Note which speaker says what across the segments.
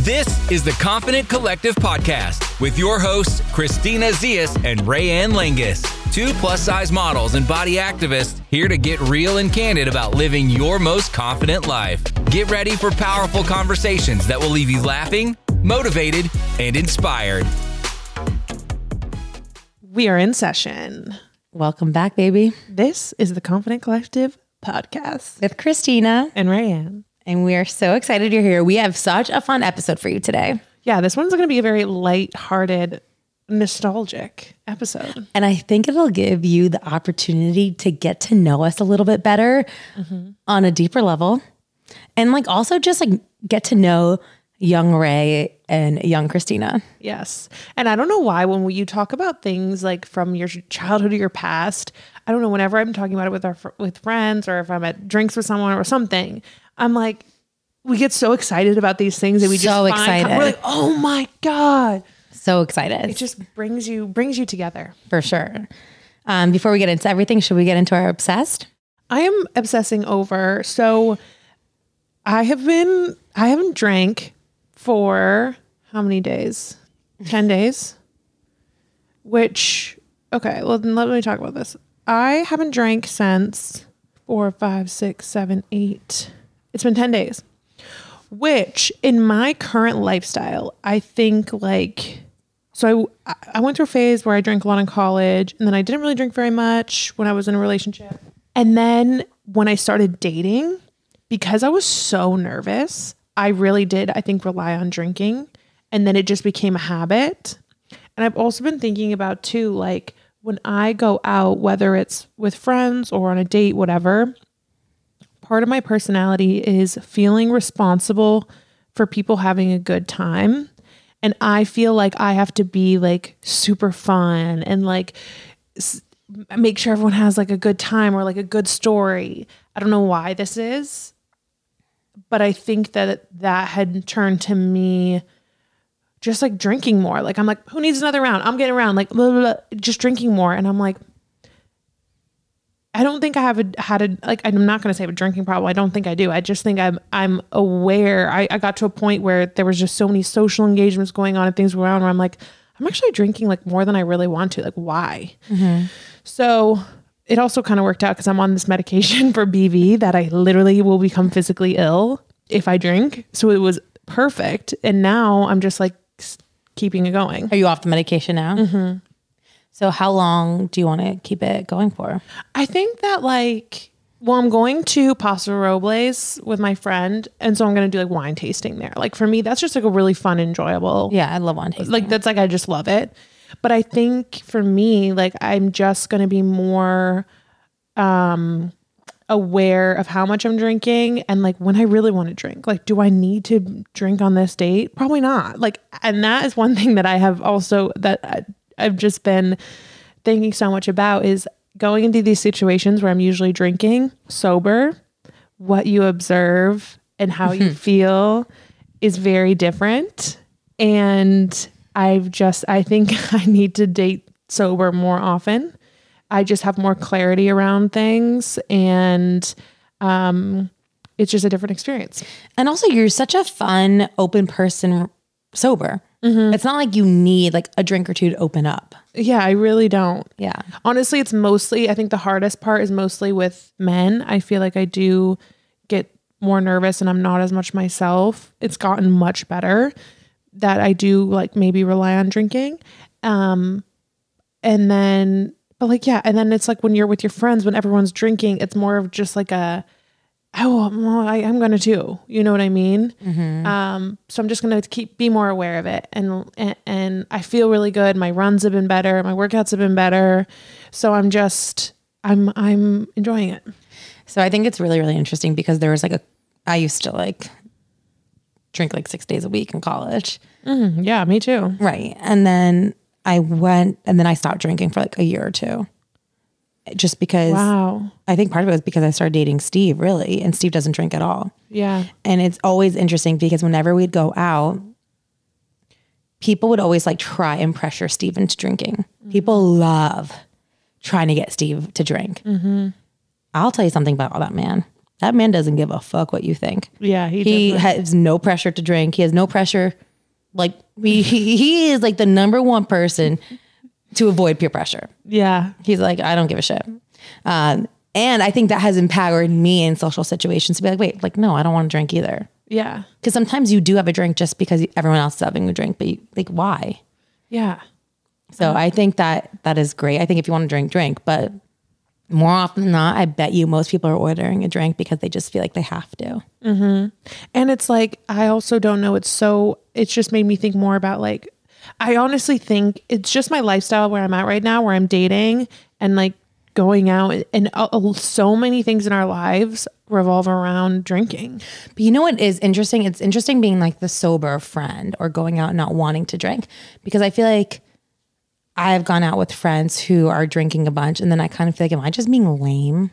Speaker 1: This is the Confident Collective podcast with your hosts, Christina Zias and Rayanne Langus, two plus size models and body activists here to get real and candid about living your most confident life. Get ready for powerful conversations that will leave you laughing, motivated, and inspired.
Speaker 2: We are in session.
Speaker 3: Welcome back, baby.
Speaker 2: This is the Confident Collective podcast.
Speaker 3: With Christina.
Speaker 2: And Rayanne.
Speaker 3: And we are so excited you're here. We have such a fun episode for you today.
Speaker 2: Yeah, this one's going to be a very light-hearted, nostalgic episode.
Speaker 3: And I think it'll give you the opportunity to get to know us a little bit better on a deeper level. And like also just like get to know young Ray and young Christina.
Speaker 2: Yes. And I don't know why when you talk about things like from your childhood or your past, I don't know whenever I'm talking about it with our fr- with friends or if I'm at drinks with someone or something, I'm like we get so excited about these things that we just
Speaker 3: So
Speaker 2: find-
Speaker 3: excited.
Speaker 2: We're like, "Oh my god."
Speaker 3: So excited.
Speaker 2: It just brings you brings you together.
Speaker 3: for sure. Um, before we get into everything, should we get into our obsessed?
Speaker 2: I am obsessing over. So I have been, I haven't drank for how many days? 10 days? Which, okay, well, then let me talk about this. I haven't drank since four, five, six, seven, eight. It's been 10 days, which in my current lifestyle, I think like, so I, I went through a phase where I drank a lot in college and then I didn't really drink very much when I was in a relationship. And then when I started dating, because I was so nervous, I really did, I think, rely on drinking. And then it just became a habit. And I've also been thinking about too, like when I go out, whether it's with friends or on a date, whatever, part of my personality is feeling responsible for people having a good time. And I feel like I have to be like super fun and like s- make sure everyone has like a good time or like a good story. I don't know why this is, but I think that that had turned to me just like drinking more. Like I'm like, who needs another round? I'm getting around, like blah, blah, blah, just drinking more. And I'm like, I don't think I have a, had a like. I'm not going to say I have a drinking problem. I don't think I do. I just think I'm I'm aware. I, I got to a point where there was just so many social engagements going on and things around where I'm like, I'm actually drinking like more than I really want to. Like, why? So it also kind of worked out because I'm on this medication for BV that I literally will become physically ill if I drink. So it was perfect, and now I'm just like s- keeping it going.
Speaker 3: Are you off the medication now? Mm-hmm. So how long do you want to keep it going for?
Speaker 2: I think that like well, I'm going to Paso Robles with my friend, and so I'm gonna do like wine tasting there. Like for me, that's just like a really fun, enjoyable.
Speaker 3: Yeah, I love on taste.
Speaker 2: Like that's like I just love it. But I think for me, like I'm just gonna be more um aware of how much I'm drinking and like when I really want to drink. Like, do I need to drink on this date? Probably not. Like, and that is one thing that I have also that I, I've just been thinking so much about is going into these situations where I'm usually drinking sober, what you observe and how you feel is very different. And I've just, I think I need to date sober more often. I just have more clarity around things and um, it's just a different experience.
Speaker 3: And also, you're such a fun, open person sober. It's not like you need like a drink or two to open up.
Speaker 2: Yeah, I really don't.
Speaker 3: Yeah.
Speaker 2: Honestly, it's mostly, I think the hardest part is mostly with men. I feel like I do get more nervous and I'm not as much myself. It's gotten much better that I do like maybe rely on drinking. Um, and then, but like, yeah. And then it's like when you're with your friends, when everyone's drinking, it's more of just like a, oh, well, I, I'm going to do, you know what I mean? Um, so I'm just going to keep, be more aware of it. And, and, and I feel really good. My runs have been better. My workouts have been better. So I'm just, I'm, I'm enjoying it.
Speaker 3: So I think it's really, really interesting because there was like a, I used to like drink like six days a week in college.
Speaker 2: Hmm, Yeah, me too.
Speaker 3: Right. And then I went and then I stopped drinking for like a year or two just because
Speaker 2: Wow.
Speaker 3: I think part of it was because I started dating Steve really. And Steve doesn't drink at all.
Speaker 2: Yeah.
Speaker 3: And it's always interesting because whenever we'd go out, people would always like try and pressure Steve into drinking. People
Speaker 2: Mm-hmm.
Speaker 3: love trying to get Steve to drink. I'll tell you something about that man. That man doesn't give a fuck what you think.
Speaker 2: Yeah, he
Speaker 3: He
Speaker 2: doesn't.
Speaker 3: has no pressure to drink. He has no pressure. Like he, he he is like the number one person to avoid peer pressure.
Speaker 2: Yeah.
Speaker 3: He's like, I don't give a shit. Um, and I think that has empowered me in social situations to be like, wait, like no, I don't want to drink either.
Speaker 2: Yeah.
Speaker 3: Because sometimes you do have a drink just because everyone else is having a drink, but you, like why?
Speaker 2: Yeah. Uh-huh.
Speaker 3: So I think that that is great. I think if you want to drink, drink. But more often than not, I bet you most people are ordering a drink because they just feel like they have to.
Speaker 2: And it's like, I also don't know. It's so, it's just made me think more about like, I honestly think it's just my lifestyle where I'm at right now, where I'm dating and like going out. And uh, so many things in our lives revolve around drinking.
Speaker 3: But you know what is interesting? It's interesting being like the sober friend or going out and not wanting to drink because I feel like I've gone out with friends who are drinking a bunch and then I kind of feel like, am I just being lame?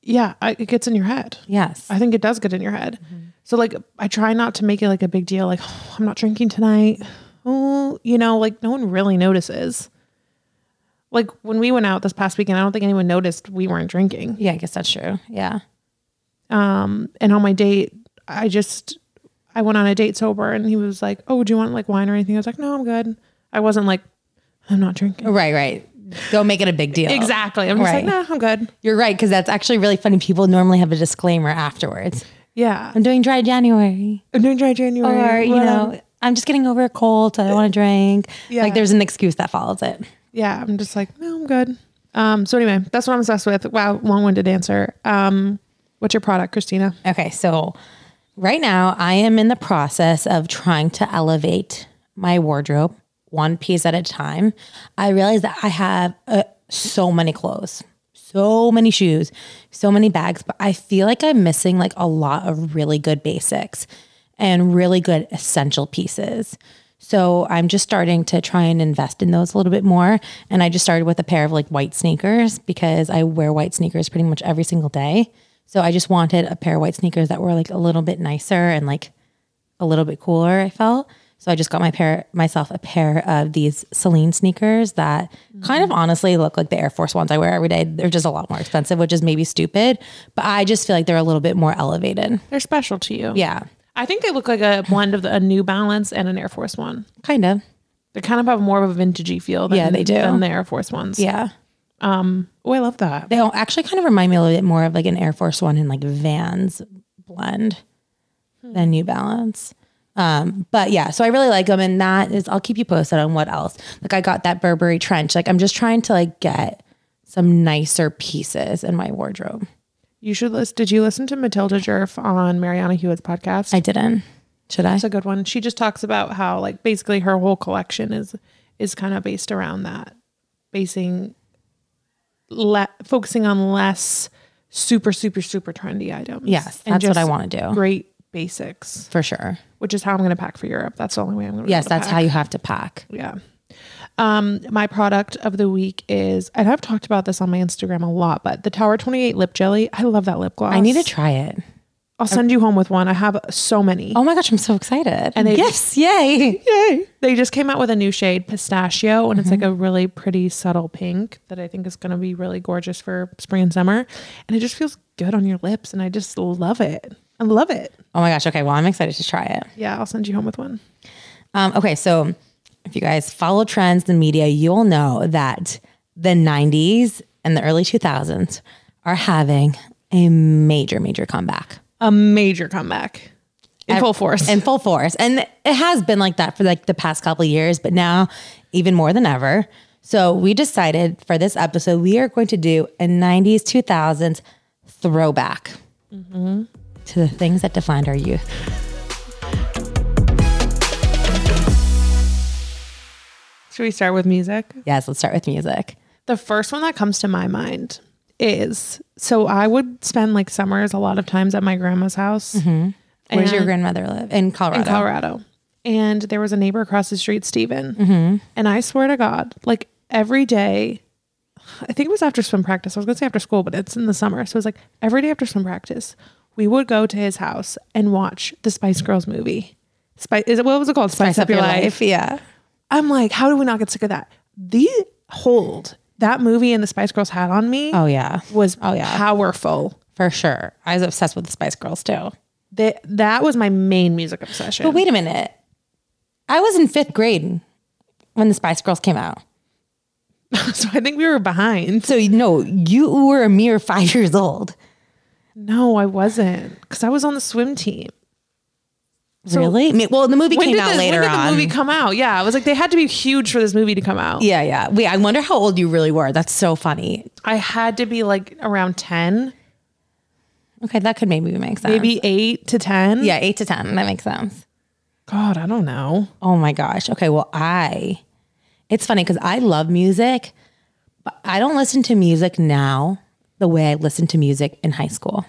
Speaker 2: Yeah. I, it gets in your head.
Speaker 3: Yes.
Speaker 2: I think it does get in your head. So like I try not to make it like a big deal like oh, I'm not drinking tonight. Oh, you know, like no one really notices. Like when we went out this past weekend, I don't think anyone noticed we weren't drinking.
Speaker 3: Yeah, I guess that's true. Yeah.
Speaker 2: Um and on my date, I just I went on a date sober and he was like, "Oh, do you want like wine or anything?" I was like, "No, I'm good." I wasn't like I'm not drinking.
Speaker 3: Right, right. Don't make it a big deal.
Speaker 2: Exactly. I'm just like,
Speaker 3: Right.
Speaker 2: "No, I'm good."
Speaker 3: You're right. Cause that's actually really funny. People normally have a disclaimer afterwards.
Speaker 2: Yeah.
Speaker 3: I'm doing dry January.
Speaker 2: I'm doing dry January.
Speaker 3: or you
Speaker 2: Well,
Speaker 3: know i'm just getting over a cold so i don't want to drink
Speaker 2: Yeah.
Speaker 3: like there's an excuse that follows it
Speaker 2: yeah, I'm just like, no, I'm good. Um, so anyway, that's what I'm obsessed with. Wow, long-winded answer. Um, what's your product, Christina?
Speaker 3: okay so right now i am in the process of trying to elevate my wardrobe one piece at a time i realize that i have uh, so many clothes so many shoes so many bags but i feel like i'm missing like a lot of really good basics and really good essential pieces So I'm just starting to try and invest in those a little bit more. And I just started with a pair of like white sneakers because I wear white sneakers pretty much every single day. So I just wanted a pair of white sneakers that were like a little bit nicer and like a little bit cooler, I felt. So I just got my pair myself a pair of these Celine sneakers that kind of honestly look like the Air Force ones I wear every day. They're just a lot more expensive, which is maybe stupid, but I just feel like they're a little bit more elevated.
Speaker 2: They're special to you.
Speaker 3: Yeah,
Speaker 2: I think they look like a blend of the, a New Balance and an Air Force One.
Speaker 3: kind of.
Speaker 2: They kind of have more of a vintagey feel. Than,
Speaker 3: Yeah, they do.
Speaker 2: Than the Air Force Ones.
Speaker 3: Yeah.
Speaker 2: Oh, I love that.
Speaker 3: They all actually kind of remind me a little bit more of like an Air Force One and like Vans blend
Speaker 2: Hmm.
Speaker 3: than New Balance. Um, but yeah, so I really like them, and that is I'll keep you posted on what else. Like I got that Burberry trench. Like I'm just trying to like get some nicer pieces in my wardrobe.
Speaker 2: You should listen. Did you listen to Matilda Jerf on Mariana Hewitt's podcast?
Speaker 3: I didn't. Should I?
Speaker 2: It's a good one. She just talks about how like basically her whole collection is is kind of based around that, basing, le- focusing on less super super super trendy items.
Speaker 3: yes,
Speaker 2: And
Speaker 3: that's what I
Speaker 2: just
Speaker 3: want to do
Speaker 2: Great basics,
Speaker 3: for sure.
Speaker 2: which is how I'm going to pack for Europe. That's the only way I'm going.
Speaker 3: Yes,
Speaker 2: to
Speaker 3: that's
Speaker 2: pack.
Speaker 3: how you have to pack.
Speaker 2: Yeah. Um, my product of the week is, and I've talked about this on my Instagram a lot, but the Tower 28 lip jelly. I love that lip gloss.
Speaker 3: I need to try it.
Speaker 2: I'll send you home with one. I have so many.
Speaker 3: Oh my gosh, I'm so excited!
Speaker 2: And they-
Speaker 3: yes, yay!
Speaker 2: Yay. They just came out with a new shade, pistachio, and it's
Speaker 3: Mm-hmm.
Speaker 2: like a really pretty subtle pink that I think is going to be really gorgeous for spring and summer. And it just feels good on your lips. And I just love it. I love it.
Speaker 3: Oh my gosh. Okay, well I'm excited to try it.
Speaker 2: Yeah, I'll send you home with one.
Speaker 3: Um, okay, so if you guys follow trends in media, you'll know that the 90s and the early 2000s are having a major, major comeback
Speaker 2: A major comeback in full force.
Speaker 3: in full force. And it has been like that for like the past couple of years, but now even more than ever. So we decided for this episode, we are going to do a 90s, 2000s throwback
Speaker 2: Mm-hmm.
Speaker 3: to the things that defined our youth.
Speaker 2: Should we start with music?
Speaker 3: Yes, let's start with music.
Speaker 2: The first one that comes to my mind is so I would spend like summers a lot of times at my grandma's house
Speaker 3: Mm-hmm. Where's your
Speaker 2: And-
Speaker 3: grandmother live? In Colorado.
Speaker 2: in Colorado. And there was a neighbor across the street, Steven. Mm-hmm. And I swear to God, like every day, I think it was after swim practice. I was going to say after school, but it's in the summer. So it was like every day after swim practice, we would go to his house and watch the Spice Girls movie. Spice, is it, what was it called? Spice, Up, Your, life.
Speaker 3: Yeah.
Speaker 2: I'm like, how do we not get sick of that? The hold that movie and the Spice Girls had on me
Speaker 3: Oh yeah.
Speaker 2: was
Speaker 3: Oh, yeah.
Speaker 2: powerful.
Speaker 3: for sure. I was obsessed with the Spice Girls too.
Speaker 2: That that was my main music obsession.
Speaker 3: But wait a minute. I was in fifth grade when the Spice Girls came out.
Speaker 2: so I think we were behind.
Speaker 3: So, no, you were a mere five years old.
Speaker 2: No, I wasn't because I was on the swim team.
Speaker 3: really? I mean, Well, the movie came
Speaker 2: did
Speaker 3: out
Speaker 2: the,
Speaker 3: later
Speaker 2: when did
Speaker 3: on.
Speaker 2: the movie come out? Yeah, I was like, they had to be huge for this movie to come out.
Speaker 3: yeah, yeah. Wait, I wonder how old you really were. That's so funny.
Speaker 2: I had to be like around ten,
Speaker 3: Okay, that could maybe make sense.
Speaker 2: maybe eight to ten.
Speaker 3: Yeah, eight to 10. That makes sense.
Speaker 2: God, I don't know.
Speaker 3: Oh my gosh. Okay. Well, I, it's funny because I love music, but I don't listen to music now the way I listened to music in high school.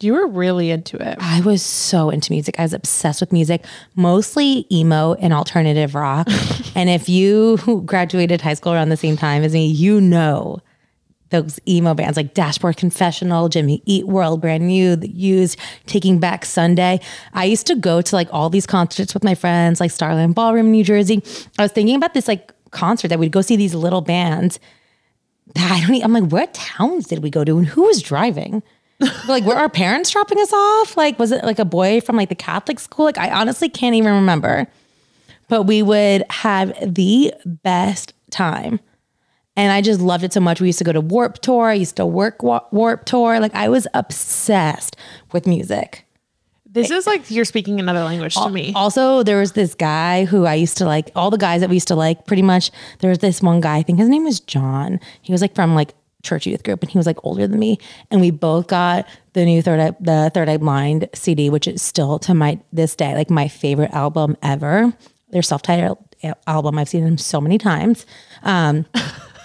Speaker 2: You were really into it.
Speaker 3: I was so into music. I was obsessed with music, mostly emo and alternative rock. and if you graduated high school around the same time as me, you know those emo bands like Dashboard Confessional, Jimmy Eat World, Brand New, The Used, Taking Back Sunday. I used to go to like all these concerts with my friends, like Starland Ballroom, in New Jersey. I was thinking about this like concert that we'd go see these little bands. that I don't. e- I'm like, what towns did we go to, and who was driving? like, were our parents dropping us off? Like, was it like a boy from like the Catholic school? Like, I honestly can't even remember. But we would have the best time. And I just loved it so much. We used to go to Warp Tour. I used to work wa- Warp Tour. Like I was obsessed with music.
Speaker 2: This is like you're speaking another language to me.
Speaker 3: Also, there was this guy who I used to like, all the guys that we used to like, pretty much. There was this one guy, I think his name was John. He was like from like church youth group and he was like older than me. And we both got the new Third Eye, the Third Eye Blind CD, which is still to my this day, like my favorite album ever. Their self-titled a- album. I've seen them so many times. Um,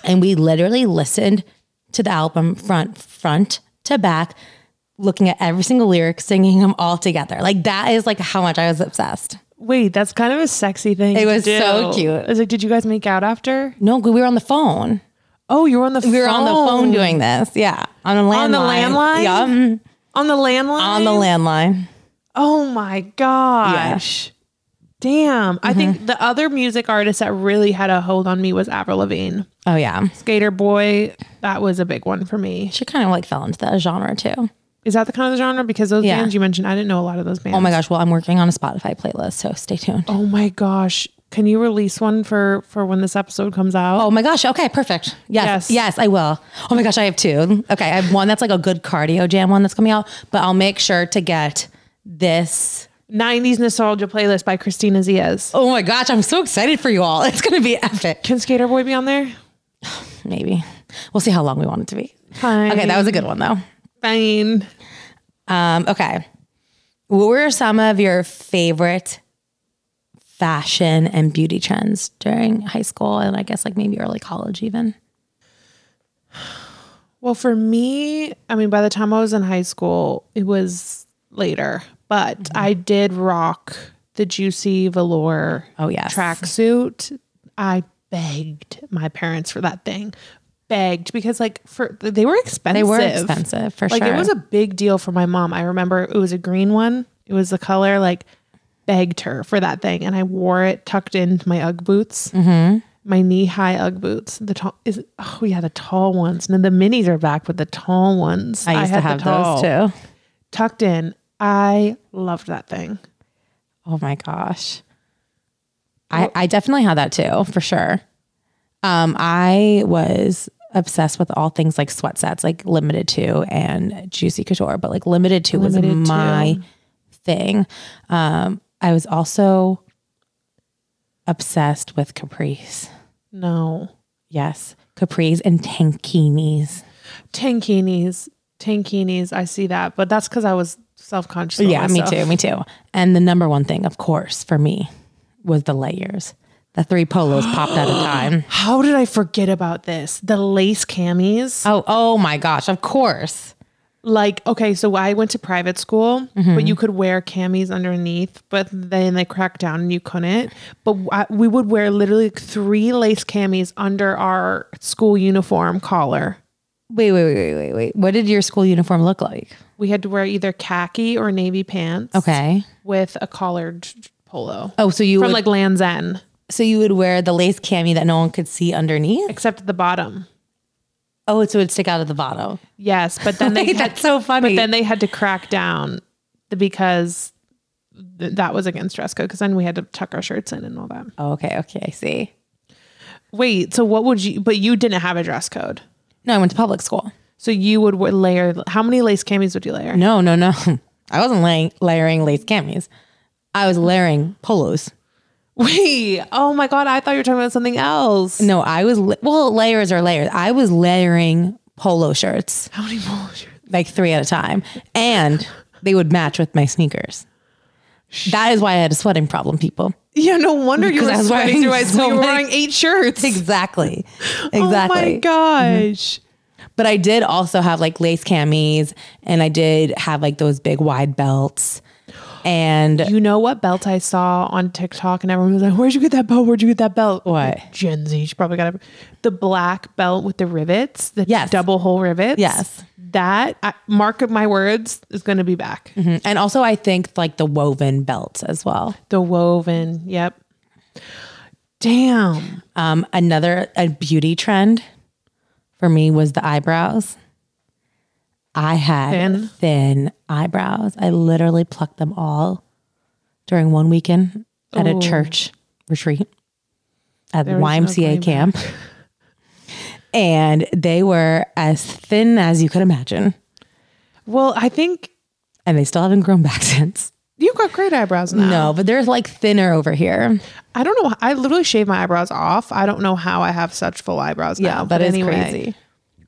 Speaker 3: and we literally listened to the album front front to back looking at every single lyric singing them all together like that is like how much i was obsessed
Speaker 2: Wait, that's kind of a sexy thing. It
Speaker 3: was so cute.
Speaker 2: I was like, did you guys make out after?
Speaker 3: no we were on the phone
Speaker 2: Oh, you were on the phone.
Speaker 3: we were on the phone doing this yeah on a landline
Speaker 2: Oh. On the landline?
Speaker 3: yeah mhm.
Speaker 2: on the landline.
Speaker 3: on the landline
Speaker 2: Oh my gosh. Damn. I think
Speaker 3: Mm-hmm.
Speaker 2: the other music artist that really had a hold on me was Avril Lavigne.
Speaker 3: oh yeah
Speaker 2: Skater Boy, that was a big one for me.
Speaker 3: she kind of like fell into that genre too
Speaker 2: Is that the kind of the genre? Because those
Speaker 3: Yeah.
Speaker 2: bands you mentioned, I didn't know a lot of those bands.
Speaker 3: oh my gosh well i'm working on a spotify playlist so stay tuned
Speaker 2: Oh my gosh. Can you release one for for when this episode comes out?
Speaker 3: Oh my gosh. Okay, perfect. Yes,
Speaker 2: Yes.
Speaker 3: yes. I will. Oh my gosh, I have two. Okay, I have one that's like a good cardio jam one that's coming out, but I'll make sure to get this.
Speaker 2: 90s Nostalgia Playlist by Christina Ziaz.
Speaker 3: Oh my gosh, I'm so excited for you all. It's going to be epic.
Speaker 2: Can Skater Boy be on there?
Speaker 3: Maybe. We'll see how long we want it to be.
Speaker 2: Fine.
Speaker 3: Okay, that was a good one though.
Speaker 2: Fine.
Speaker 3: Um, okay. What were some of your favorite fashion and beauty trends during high school and I guess like maybe early college even?
Speaker 2: Well, for me, I mean, by the time I was in high school, it was later, but
Speaker 3: Mm-hmm.
Speaker 2: I did rock the juicy velour
Speaker 3: Oh, yes.
Speaker 2: tracksuit. I begged my parents for that thing. Begged because like for they were expensive.
Speaker 3: They were expensive for
Speaker 2: Like
Speaker 3: sure.
Speaker 2: it was a big deal for my mom. I remember it was a green one. It was the color like begged her for that thing and I wore it tucked into my Ugg boots. My knee-high Ugg boots. The tall is oh yeah, the tall ones. And the minis are back with the tall ones.
Speaker 3: I used
Speaker 2: had the
Speaker 3: to have
Speaker 2: tall,
Speaker 3: those too.
Speaker 2: Tucked in. I loved that thing.
Speaker 3: Oh my gosh. I, I definitely had that too, for sure. Um, I was obsessed with all things like sweat sets, like limited to and juicy couture, but like limited to
Speaker 2: Limited
Speaker 3: was
Speaker 2: To.
Speaker 3: my thing. Um, I was also obsessed with capris.
Speaker 2: No.
Speaker 3: Yes, capris and tankinis.
Speaker 2: Tankinis. Tankinis. I see that. But that's because I was self-conscious. of
Speaker 3: Yeah,
Speaker 2: myself.
Speaker 3: me too, me too. And the number one thing, of course, for me was the layers. The three polos popped at a time.
Speaker 2: How did I forget about this? The lace camis.
Speaker 3: Oh, oh my gosh, of course.
Speaker 2: like okay so i went to private school but
Speaker 3: Mm-hmm.
Speaker 2: you could wear camis underneath but then they cracked down and you couldn't but I, we would wear literally like three lace camis under our school uniform collar
Speaker 3: Wait, wait, wait, wait, wait, wait. What did your school uniform look like?
Speaker 2: we had to wear either khaki or navy pants
Speaker 3: Okay.
Speaker 2: with a collared polo
Speaker 3: Oh, so you
Speaker 2: from
Speaker 3: would,
Speaker 2: like land's end
Speaker 3: so you would wear the lace cami that no one could see underneath?
Speaker 2: except at the bottom
Speaker 3: Oh, so it would stick out of the bottle.
Speaker 2: Yes, but then they
Speaker 3: Wait,
Speaker 2: had-
Speaker 3: that's so
Speaker 2: But
Speaker 3: funny.
Speaker 2: then they had to crack down th- because th- that was against dress code. Because then we had to tuck our shirts in and all that.
Speaker 3: Oh, okay, okay, I see.
Speaker 2: Wait, so what would you? But you didn't have a dress code,
Speaker 3: No, I went to public school.
Speaker 2: so you would wear layer. How many lace camis would you layer?
Speaker 3: No, no, no. I wasn't laying, layering lace camis. I was layering polos.
Speaker 2: Wait, oh my god, I thought you were talking about something else.
Speaker 3: No, I was la- well, layers are layers. I was layering polo shirts,
Speaker 2: How many polo shirts?
Speaker 3: like three at a time, and they would match with my sneakers. That is why I had a sweating problem, people.
Speaker 2: Yeah, no wonder you
Speaker 3: Because
Speaker 2: were
Speaker 3: I was
Speaker 2: sweating
Speaker 3: wearing
Speaker 2: through high school.
Speaker 3: so
Speaker 2: you were
Speaker 3: many-
Speaker 2: wearing eight shirts.
Speaker 3: Exactly. Exactly.
Speaker 2: Oh my gosh.
Speaker 3: But I did also have like lace camis and I did have like those big wide belts. And
Speaker 2: You know what belt I saw on TikTok, and everyone was like, "Where'd you get that belt? Where'd you get that belt?"
Speaker 3: What?
Speaker 2: Gen Z? She probably got it. The black belt with the rivets, the
Speaker 3: Yes.
Speaker 2: double hole rivets.
Speaker 3: Yes.
Speaker 2: that I, mark of my words is going to be back.
Speaker 3: mm-hmm. and also I think like the woven belts as well.
Speaker 2: The woven. Yep. Damn.
Speaker 3: Um, another a beauty trend for me was the eyebrows. I had
Speaker 2: Thin?
Speaker 3: thin. eyebrows. I literally plucked them all during one weekend at a church retreat at the
Speaker 2: is no
Speaker 3: YMCA
Speaker 2: going
Speaker 3: camp. and they were as thin as you could imagine.
Speaker 2: Well, I think
Speaker 3: And they still haven't grown back since.
Speaker 2: you've got great eyebrows now.
Speaker 3: No, but they're like thinner over here.
Speaker 2: I don't know. I literally shave my eyebrows off. I don't know how I have such full eyebrows
Speaker 3: Yeah,
Speaker 2: now.
Speaker 3: that is crazy.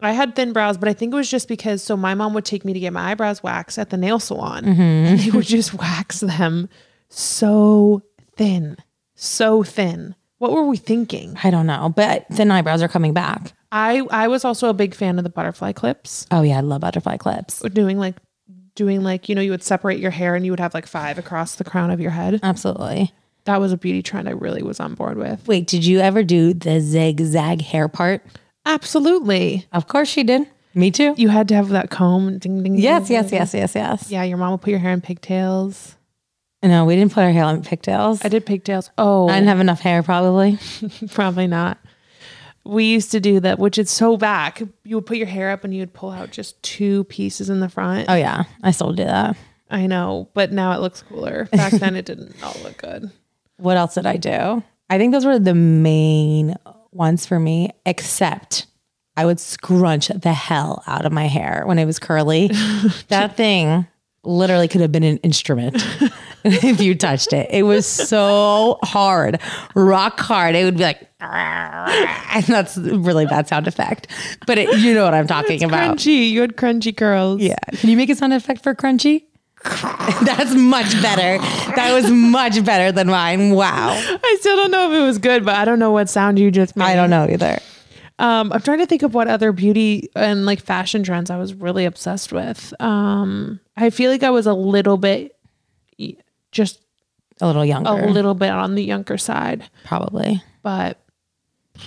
Speaker 2: I had thin brows, but I think it was just because so my mom would take me to get my eyebrows waxed at the nail salon.
Speaker 3: Mm-hmm.
Speaker 2: And they would just wax them so thin, so thin. What were we thinking?
Speaker 3: I don't know, but thin eyebrows are coming back.
Speaker 2: I I was also a big fan of the butterfly clips.
Speaker 3: Oh yeah, I love butterfly clips.
Speaker 2: Doing like doing like, you know, you would separate your hair and you would have like five across the crown of your head.
Speaker 3: Absolutely.
Speaker 2: That was a beauty trend I really was on board with.
Speaker 3: Wait, did you ever do the zigzag hair part?
Speaker 2: Absolutely.
Speaker 3: Of course she did. Me too.
Speaker 2: You had to have that comb. Ding ding.
Speaker 3: Yes,
Speaker 2: ding,
Speaker 3: yes,
Speaker 2: ding.
Speaker 3: yes, yes, yes.
Speaker 2: Yeah, your mom would put your hair in pigtails.
Speaker 3: No, we didn't put our hair on pigtails.
Speaker 2: I
Speaker 3: I
Speaker 2: did pigtails. Oh,
Speaker 3: didn't have enough hair probably.
Speaker 2: probably not. We used to do that, which is so back. You would put your hair up and you'd pull out just two pieces in the front.
Speaker 3: Oh yeah, I still do that.
Speaker 2: I know, but now it looks cooler. Back then, it didn't all look good.
Speaker 3: What else did I do? I think those were the main ones for me, except I would scrunch the hell out of my hair when it was curly. that thing literally could have been an instrument if you touched it. It was so hard, rock hard. It would be like, and that's a really bad sound effect. But it, you know what I'm talking about.
Speaker 2: Crunchy. You had crunchy curls.
Speaker 3: Yeah. Can you make a sound effect for crunchy? That's much better. That was much better than mine. Wow.
Speaker 2: I still don't know if it was good, but I don't know what sound you just made.
Speaker 3: I don't know either.
Speaker 2: Um, I'm trying to think of what other beauty and like fashion trends I was really obsessed with. Um, I feel like I was a little bit y- just
Speaker 3: A little
Speaker 2: a
Speaker 3: younger,
Speaker 2: little bit on the younger side,
Speaker 3: probably.
Speaker 2: but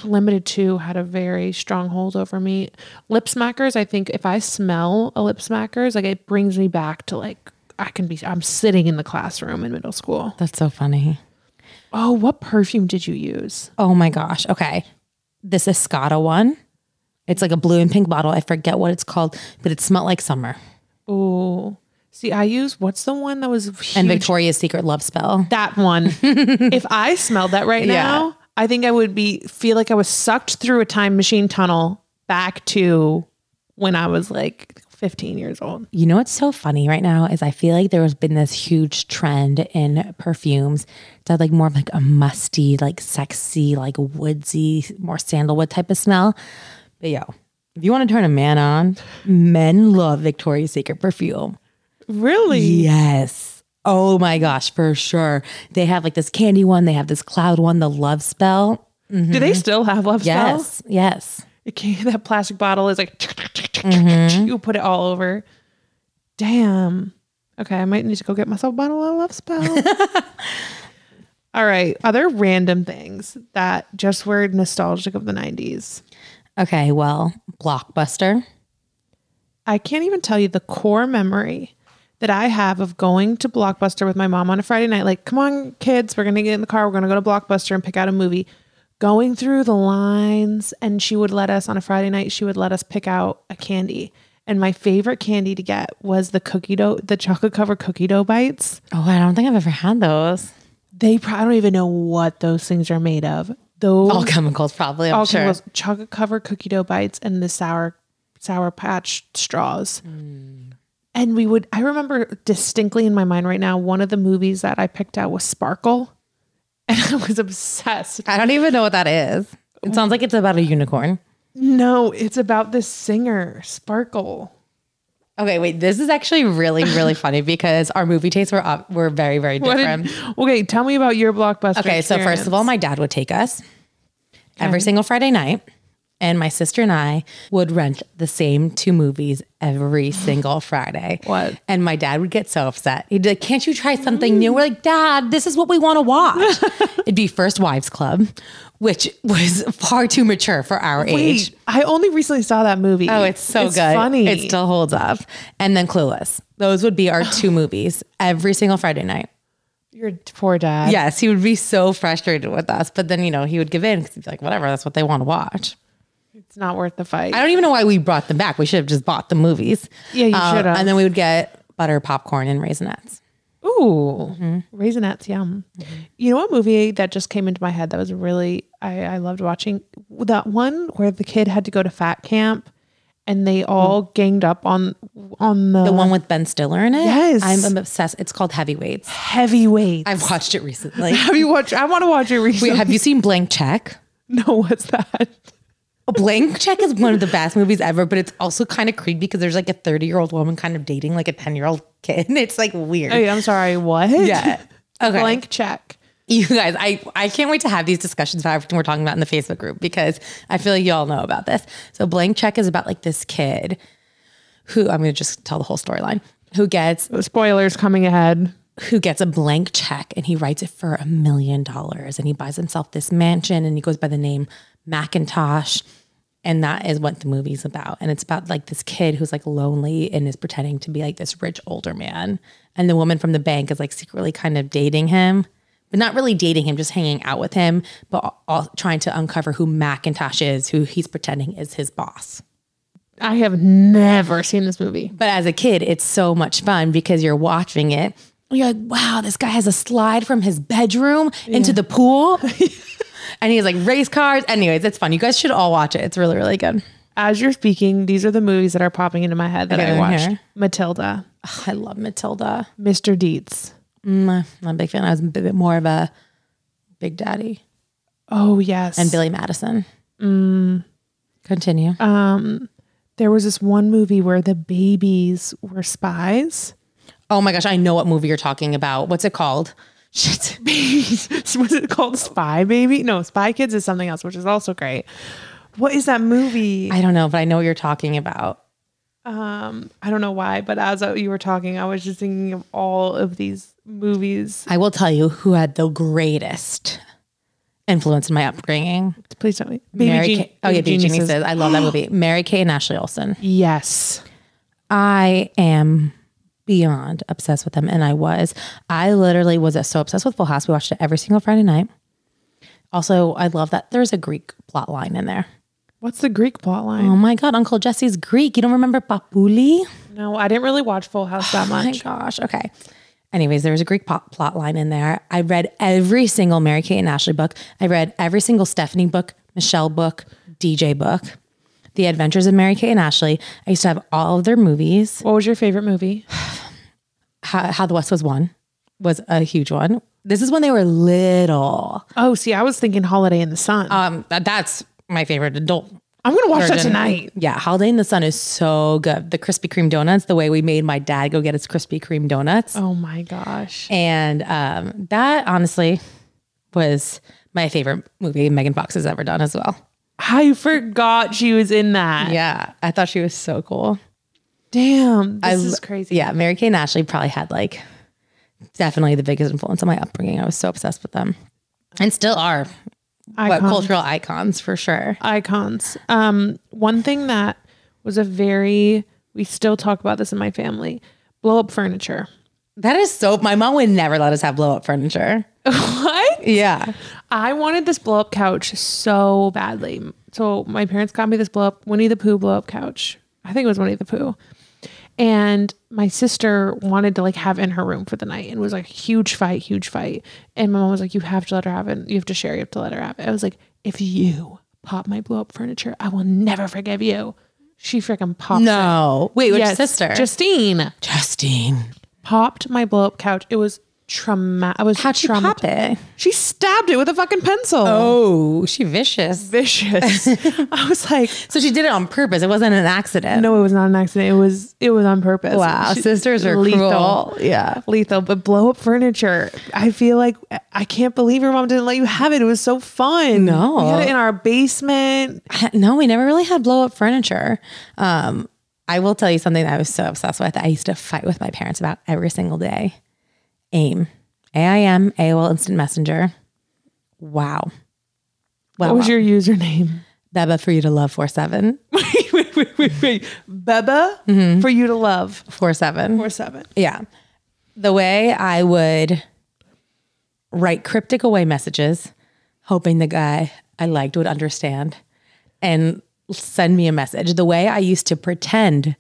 Speaker 2: Limited 2 had a very strong hold over me. Lip smackers, I think if I smell a lip smackers, like it brings me back to like I can be I'm sitting in the classroom in middle school.
Speaker 3: That's so funny.
Speaker 2: Oh, what perfume did you use?
Speaker 3: Oh my gosh. Okay. This Escada one. It's like a blue and pink bottle. I forget what it's called, but it smelled like summer.
Speaker 2: Oh. See, I used what's the one that was huge
Speaker 3: And Victoria's Secret Love Spell.
Speaker 2: that one. if I smelled that right
Speaker 3: Yeah.
Speaker 2: now, I think I would be feel like I was sucked through a time machine tunnel back to when I was like 15 years old.
Speaker 3: You know what's so funny right now is I feel like there has been this huge trend in perfumes that like more of like a musty, like sexy, like woodsy, more sandalwood type of smell. But yo, if you want to turn a man on, men love Victoria's Secret perfume.
Speaker 2: Really?
Speaker 3: Yes. Oh my gosh, for sure. They have like this candy one, they have this cloud one, the love spell.
Speaker 2: Do they still have love spells?
Speaker 3: Mm-hmm. Yes. Yes.
Speaker 2: It can't- that plastic bottle is like
Speaker 3: Mm-hmm.
Speaker 2: you put it all over. Damn. Okay, I might need to go get myself a bottle of love spell. all right, other random things that just were nostalgic of the 90s.
Speaker 3: Okay, well, Blockbuster.
Speaker 2: I can't even tell you the core memory that I have of going to Blockbuster with my mom on a Friday night. Like, come on, kids, we're going to get in the car. We're going to go to Blockbuster and pick out a movie. going through the lines and she would let us on a Friday night, she would let us pick out a candy. And my favorite candy to get was the cookie dough, the chocolate covered cookie dough bites.
Speaker 3: Oh, I don't think I've ever had those.
Speaker 2: They probably don't even know what those things are made of. Those
Speaker 3: All chemicals, probably. I'm
Speaker 2: all
Speaker 3: sure.
Speaker 2: chemicals, chocolate covered cookie dough bites and the sour sour patch straws.
Speaker 3: Hmm.
Speaker 2: And we would I remember distinctly in my mind right now one of the movies that I picked out was Sparkle. And I was obsessed.
Speaker 3: I don't even know what that is. It sounds like it's about a unicorn.
Speaker 2: No, it's about this singer, Sparkle.
Speaker 3: Okay, wait. This is actually really, really funny because our movie tastes were up, were very, very
Speaker 2: What did-
Speaker 3: different.
Speaker 2: okay, tell me about your blockbuster.
Speaker 3: Okay, so first of all, my dad would take us every single Friday night, and my sister and I would rent the same two movies every single Friday.
Speaker 2: What?
Speaker 3: And my dad would get so upset. He'd be like, "Can't you try something new?" We're like, "Dad, this is what we want to watch." It'd be First Wives Club, which was far too mature for our age.
Speaker 2: Wait, I only recently saw that movie.
Speaker 3: Oh, it's so good.
Speaker 2: Funny.
Speaker 3: It still holds up. And then Clueless. Those would be our two movies every single Friday night.
Speaker 2: your poor dad.
Speaker 3: Yes, he would be so frustrated with us, but then you know he would give in because he'd be like, "Whatever, that's what they want to watch."
Speaker 2: It's not worth the fight.
Speaker 3: I don't even know why we brought them back. We should have just bought the movies. Um,
Speaker 2: Yeah, you should've.
Speaker 3: And then we would get butter popcorn and raisinets.
Speaker 2: Ooh, Raisinette's yum. You know what movie that just came into my head that was really I, I loved watching that one where the kid had to go to fat camp, and they all ganged up on on Mm-hmm. the,
Speaker 3: The one with Ben Stiller in it.
Speaker 2: Yes.
Speaker 3: I'm obsessed. It's called Heavyweights.
Speaker 2: heavyweight.
Speaker 3: I've watched it recently.
Speaker 2: Have you watched? I want to watch it recently.
Speaker 3: Wait, have you seen Blank Check?
Speaker 2: no, what's that?
Speaker 3: Blank Check is one of the best movies ever, but it's also kind of creepy because there's like a 30 year old woman kind of dating like a 10 year old kid. It's like weird.
Speaker 2: Wait, Oh, I'm sorry. What?
Speaker 3: Oh, Yeah. Okay.
Speaker 2: Blank check.
Speaker 3: You guys, I, I can't wait to have these discussions about everything we're talking about in the Facebook group because I feel like you all know about this. So, Blank Check is about like this kid who I'm going to just tell the whole storyline who gets
Speaker 2: Spoilers coming ahead.
Speaker 3: who gets a blank check and he writes it for a million dollars and he buys himself this mansion and he goes by the name Macintosh. And that is what the movie's about. And it's about like this kid who's like lonely and is pretending to be like this rich older man. And the woman from the bank is like secretly kind of dating him, but not really dating him, just hanging out with him, but all, all trying to uncover who Macintosh is, who he's pretending is his boss.
Speaker 2: I have never seen this movie.
Speaker 3: But as a kid, it's so much fun because you're watching it. You're like, wow, this guy has a slide from his bedroom into the pool. and he's like race cars. Anyways, it's fun. You guys should all watch it. It's really, really good.
Speaker 2: As you're speaking, these are the movies that are popping into my head that
Speaker 3: Okay,
Speaker 2: I
Speaker 3: I'm
Speaker 2: watched.
Speaker 3: here.
Speaker 2: Matilda,
Speaker 3: Ugh, I love Matilda.
Speaker 2: Mr. Deeds.
Speaker 3: Mm, not a big fan. I was a bit more of a Big Daddy
Speaker 2: Oh yes.
Speaker 3: and Billy Madison. Continue.
Speaker 2: there was this one movie where the babies were spies.
Speaker 3: oh my gosh, I know what movie you're talking about. What's it called? Shit.
Speaker 2: Babies. was it called Spy Baby? No, Spy Kids is something else, which is also great. What is that movie?
Speaker 3: I don't know, but I know what you're talking about.
Speaker 2: I don't know why, but as you were talking, I was just thinking of all of these movies.
Speaker 3: I will tell you who had the greatest influence in my upbringing.
Speaker 2: Please tell me.
Speaker 3: Mary
Speaker 2: Gen-
Speaker 3: Kay. Oh yeah, Baby Geniuses. I love that movie. Mary Kay and Ashley Olsen.
Speaker 2: Yes.
Speaker 3: I am beyond obsessed with them, and I was. I literally was so obsessed with Full House. We watched it every single Friday night. Also, I love that there's a Greek plot line in there.
Speaker 2: What's the Greek plot line?
Speaker 3: Oh my God, Uncle Jesse's Greek. You don't remember Papuli?
Speaker 2: No, I didn't really watch Full House that
Speaker 3: Oh my
Speaker 2: much.
Speaker 3: gosh. Okay. Anyways, there was a Greek plot, plot line in there. I read every single Mary Kate and Ashley book. I read every single Stephanie book, Michelle book, DJ book, The Adventures of Mary Kate and Ashley. I used to have all of their movies.
Speaker 2: What was your favorite movie?
Speaker 3: How, How the West Was Won was a huge one. This is when they were little.
Speaker 2: Oh, see, I was thinking Holiday in the Sun.
Speaker 3: Um, that, that's my favorite adult
Speaker 2: I'm gonna watch that
Speaker 3: version.
Speaker 2: tonight.
Speaker 3: Yeah, Holiday in the Sun is so good. The Krispy Kreme donuts, the way we made my dad go get his Krispy Kreme donuts.
Speaker 2: Oh my gosh.
Speaker 3: And um, that honestly was my favorite movie Megan Fox has ever done as well.
Speaker 2: I forgot she was in that.
Speaker 3: Yeah, I thought she was so cool.
Speaker 2: Damn, this
Speaker 3: I-
Speaker 2: is crazy.
Speaker 3: Yeah, Mary Kay and Ashley probably had like definitely the biggest influence on my upbringing. I was so obsessed with them and still are but
Speaker 2: Icons.
Speaker 3: cultural icons for sure.
Speaker 2: Icons. Um, one thing that was a very we still talk about this in my family. Blow up furniture.
Speaker 3: That is so, my mom would never let us have blow up furniture.
Speaker 2: What?
Speaker 3: Yeah.
Speaker 2: I wanted this blow up couch so badly. So my parents got me this blow up Winnie the Pooh blow up couch. I think it was Winnie the Pooh. And my sister wanted to like have it in her room for the night and it was like huge fight, huge fight. And my mom was like, You have to let her have it. You have to share, you have to let her have it. I was like, if you pop my blow up furniture, I will never forgive you. She freaking popped it.
Speaker 3: No. Wait, which
Speaker 2: Yes,
Speaker 3: sister?
Speaker 2: Justine
Speaker 3: Justine.
Speaker 2: popped my blow up couch. It was trauma. I was
Speaker 3: How'd she
Speaker 2: trauma-
Speaker 3: pop it?
Speaker 2: She stabbed it with a fucking pencil.
Speaker 3: Oh, she vicious.
Speaker 2: vicious. I was like,
Speaker 3: So she did it on purpose. It wasn't an accident.
Speaker 2: no, it was not an accident. It was it was on purpose.
Speaker 3: Wow,
Speaker 2: She-
Speaker 3: sisters are cruel. Yeah.
Speaker 2: lethal. But blow up furniture. I feel like I can't believe your mom didn't let you have it. It was so fun.
Speaker 3: No.
Speaker 2: we had it in our basement.
Speaker 3: No, we never really had blow up furniture. Um, I will tell you something that I was so obsessed with. I used to fight with my parents about every single day. AIM, AIM, AOL Instant Messenger. Wow. Wow.
Speaker 2: What was your username?
Speaker 3: Beba for you to love four seven
Speaker 2: wait, wait, wait, wait, wait. Beba for you to love
Speaker 3: four seven.
Speaker 2: or seven.
Speaker 3: Yeah. The way I would write cryptic away messages, hoping the guy I liked would understand and send me a message. The way I used to pretend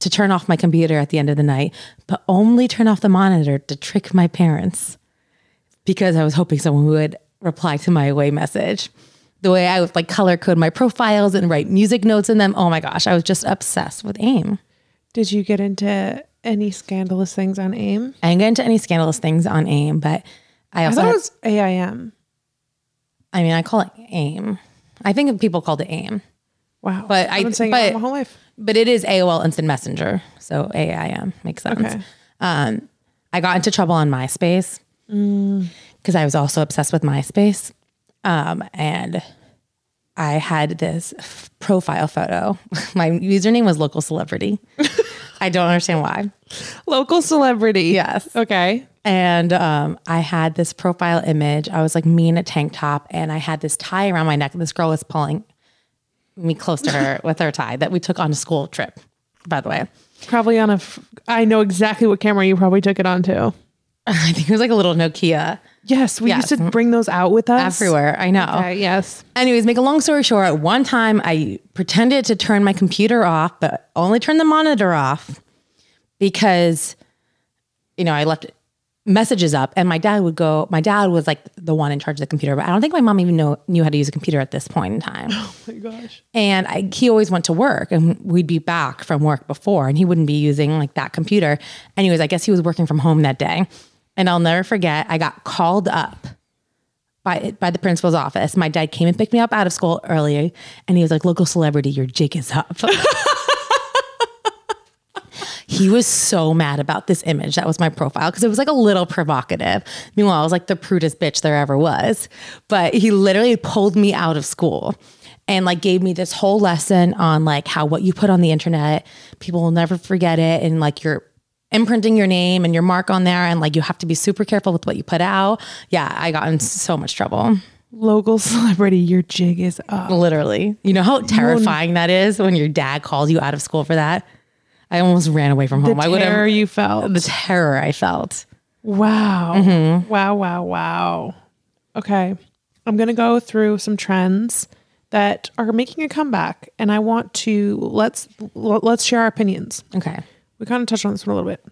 Speaker 3: to turn off my computer at the end of the night, but only turn off the monitor to trick my parents because I was hoping someone would reply to my away message. The way I would like color code my profiles and write music notes in them. Oh my gosh, I was just obsessed with AIM.
Speaker 2: Did you get into any scandalous things on AIM?
Speaker 3: I didn't get into any scandalous things on AIM, but I
Speaker 2: I
Speaker 3: also,
Speaker 2: thought it
Speaker 3: had- I,
Speaker 2: was AIM.
Speaker 3: mean, I call it AIM. I think people called it AIM,
Speaker 2: Wow.
Speaker 3: But I-
Speaker 2: I've been saying
Speaker 3: but-
Speaker 2: it my whole life.
Speaker 3: but it is AOL Instant Messenger. So AIM makes sense.
Speaker 2: Okay.
Speaker 3: Um, I got into trouble on MySpace
Speaker 2: Mm.
Speaker 3: because I was also obsessed with MySpace. Um, and I had this f- profile photo. My username was local celebrity. I don't understand why.
Speaker 2: Local celebrity.
Speaker 3: Yes.
Speaker 2: Okay.
Speaker 3: And um, I had this profile image. I was like me in a tank top, and I had this tie around my neck. This girl was pulling me close to her with her tie that we took on a school trip, by the way.
Speaker 2: Probably on a. F- I know exactly what camera you probably took it onto.
Speaker 3: I think it was like a little Nokia
Speaker 2: Yes, we
Speaker 3: Yes.
Speaker 2: used to bring those out with us
Speaker 3: everywhere. I know.
Speaker 2: Uh, yes,
Speaker 3: Anyways, make a long story short, one time I pretended to turn my computer off, but only turned the monitor off because, you know, I left messages up and my dad would go, my dad was like the one in charge of the computer, but I don't think my mom even know, knew how to use a computer at this point in time.
Speaker 2: oh my gosh,
Speaker 3: And I, he always went to work and we'd be back from work before and he wouldn't be using like that computer. Anyways, I guess he was working from home that day. And I'll never forget, I got called up by, by the principal's office. My dad came and picked me up out of school early and he was like, local celebrity, your jig is up. he was so mad about this image. That was my profile because it was like a little provocative. Meanwhile, I was like the prudest bitch there ever was. But he literally pulled me out of school and like gave me this whole lesson on like how what you put on the internet, people will never forget it. And like you're imprinting your name and your mark on there. And like you have to be super careful with what you put out. Yeah, I got in so much trouble.
Speaker 2: local celebrity, your jig is up.
Speaker 3: Literally. You know how terrifying that is when your dad calls you out of school for that? I almost ran away from home. Oh, I would have
Speaker 2: Terror you felt.
Speaker 3: the Mm-hmm. terror I felt.
Speaker 2: Wow, wow, wow, wow. Okay, I'm gonna go through some trends that are making a comeback, and I want to let's let's share our opinions.
Speaker 3: Okay.
Speaker 2: We kind of touched on this one a little bit.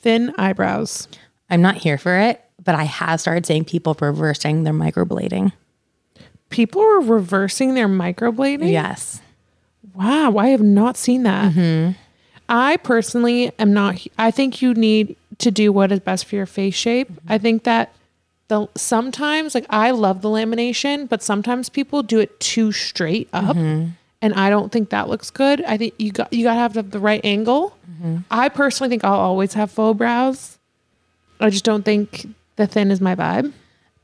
Speaker 2: Thin eyebrows.
Speaker 3: I'm not here for it, but I have started seeing people reversing their microblading.
Speaker 2: People are reversing their microblading.
Speaker 3: Yes.
Speaker 2: Wow, I have not seen that. I personally am not. I think you need to do what is best for your face shape. I think that the sometimes, like I love the lamination, but sometimes people do it too straight up, and I don't think that looks good. I think you got you got to have the, the right angle. I personally think I'll always have faux brows. I just don't think the thin is my vibe.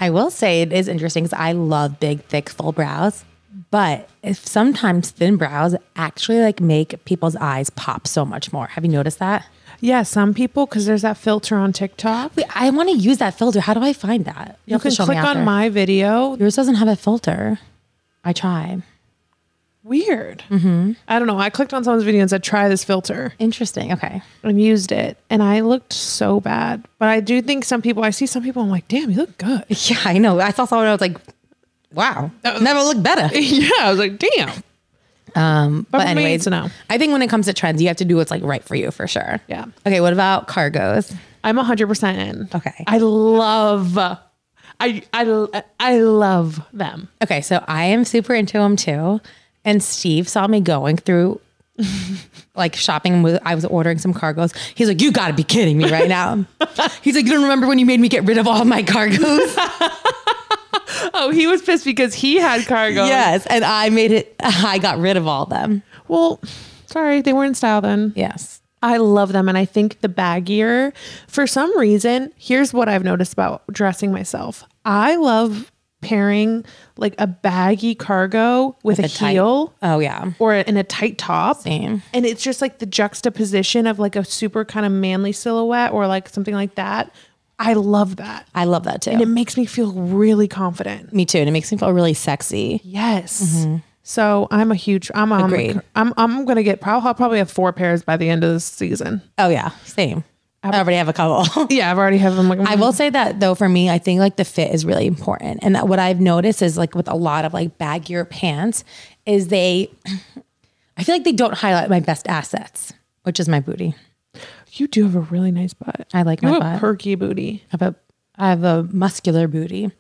Speaker 3: I will say it is interesting because I love big, thick, full brows, but if sometimes thin brows actually like make people's eyes pop so much more. Have you noticed that?
Speaker 2: Yeah, some people because there's that filter on TikTok.
Speaker 3: Wait, I want to use that filter. How do I find that?
Speaker 2: You
Speaker 3: have to
Speaker 2: can
Speaker 3: show me
Speaker 2: click on
Speaker 3: after.
Speaker 2: my video.
Speaker 3: Yours doesn't have a filter. I tried.
Speaker 2: Weird. Mm-hmm. I don't know. I clicked on someone's video and said, try this filter
Speaker 3: Interesting. Okay.
Speaker 2: and used it. And I looked so bad. But I do think some people, I see some people, I'm like, damn, you look good.
Speaker 3: Yeah, I know. I saw someone. I was like, wow, never looked better.
Speaker 2: yeah. I was like, damn.
Speaker 3: Um, but,
Speaker 2: we need
Speaker 3: anyways,
Speaker 2: to know.
Speaker 3: I think when it comes to trends, you have to do what's like right for you for sure.
Speaker 2: Yeah.
Speaker 3: Okay. What about cargos?
Speaker 2: I'm 100% in.
Speaker 3: Okay.
Speaker 2: I love, I, I, I love them.
Speaker 3: Okay, so I am super into them too. And Steve saw me going through like shopping with I was ordering some cargos. He's like, You gotta be kidding me right now. He's like, You don't remember when you made me get rid of all my cargos?
Speaker 2: Oh, he was pissed because he had cargo.
Speaker 3: yes. And I made it I got rid of all them.
Speaker 2: Well, sorry, they were in style then.
Speaker 3: Yes.
Speaker 2: I love them. And I think the baggier, for some reason, here's what I've noticed about dressing myself I love pairing like a baggy cargo with, a,
Speaker 3: a tight-
Speaker 2: heel
Speaker 3: Oh yeah.
Speaker 2: or in a tight top.
Speaker 3: Same.
Speaker 2: And it's just like the juxtaposition of like a super kind of manly silhouette or like something like that. I love that.
Speaker 3: I love that too.
Speaker 2: It makes me feel really confident.
Speaker 3: me too. And it makes me feel really sexy.
Speaker 2: Yes. So I'm a huge. I'm I'm
Speaker 3: Mm-hmm. Agreed.
Speaker 2: I'm I'm gonna get probably I'll probably have four pairs by the end of this season.
Speaker 3: Oh yeah. Same. I already have a couple.
Speaker 2: Yeah, I've already have them. Like
Speaker 3: I will say that though, for me, I think like the fit is really important. And that what I've noticed is like with a lot of like baggier pants, is they, I feel like they don't highlight my best assets, which is my booty.
Speaker 2: You do have a really nice butt.
Speaker 3: I like
Speaker 2: you
Speaker 3: my
Speaker 2: have
Speaker 3: butt.
Speaker 2: a perky booty.
Speaker 3: I have a, I have a muscular booty.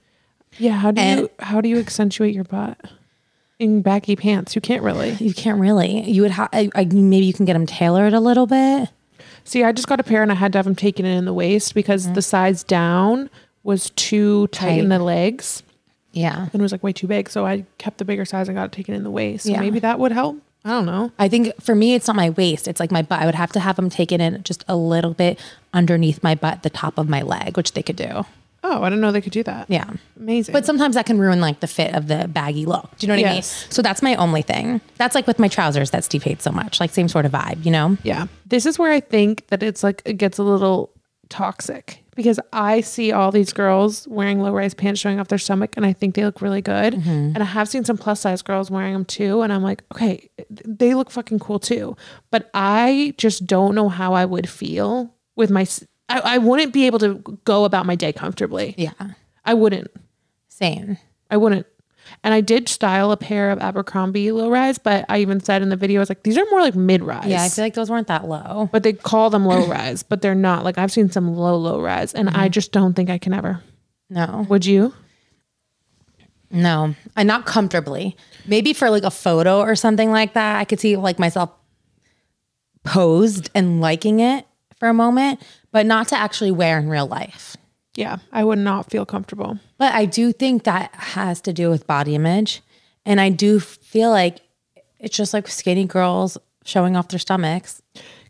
Speaker 2: Yeah. How do
Speaker 3: And-
Speaker 2: you how do you accentuate your butt in baggy pants? You can't really.
Speaker 3: You can't really. You would ha- I, I, maybe you can get them tailored a little bit.
Speaker 2: See, I just got a pair and I had to have them taken in the waist because the size down was too Mm-hmm. tight, in
Speaker 3: Tight.
Speaker 2: the legs
Speaker 3: Yeah.
Speaker 2: and it was like way too big. So I kept the bigger size and got it taken in the waist. So
Speaker 3: Yeah.
Speaker 2: maybe that would help. I don't know.
Speaker 3: I think for me, it's not my waist. It's like my butt. I would have to have them taken in just a little bit underneath my butt, the top of my leg, which they could do.
Speaker 2: Oh, I didn't know they could do that.
Speaker 3: Yeah.
Speaker 2: Amazing.
Speaker 3: But sometimes that can ruin like the fit of the baggy look. Do you know what I
Speaker 2: Yes.
Speaker 3: mean? So that's my only thing. That's like with my trousers that Steve hates so much. Like same sort of vibe, you know?
Speaker 2: Yeah. This is where I think that it's like it gets a little toxic because I see all these girls wearing low rise pants showing off their stomach and I think they look really good. And I have seen some plus size girls wearing them too. And I'm like, okay, th- they look fucking cool too. But I just don't know how I would feel with my. s- I, I wouldn't be able to go about my day comfortably.
Speaker 3: Yeah.
Speaker 2: I wouldn't.
Speaker 3: Same.
Speaker 2: I wouldn't. And I did style a pair of Abercrombie low rise, but I even said in the video, I was like, these are more like mid rise
Speaker 3: Yeah, I feel like those weren't that low.
Speaker 2: but they call them low rise, but they're not. Like I've seen some low low rise, and I just don't think I can ever.
Speaker 3: No.
Speaker 2: Would you?
Speaker 3: No. And not comfortably. Maybe for like a photo or something like that. I could see like myself posed and liking it for a moment, but not to actually wear in real life.
Speaker 2: Yeah, I would not feel comfortable.
Speaker 3: But I do think that has to do with body image. And I do feel like it's just like skinny girls showing off their stomachs.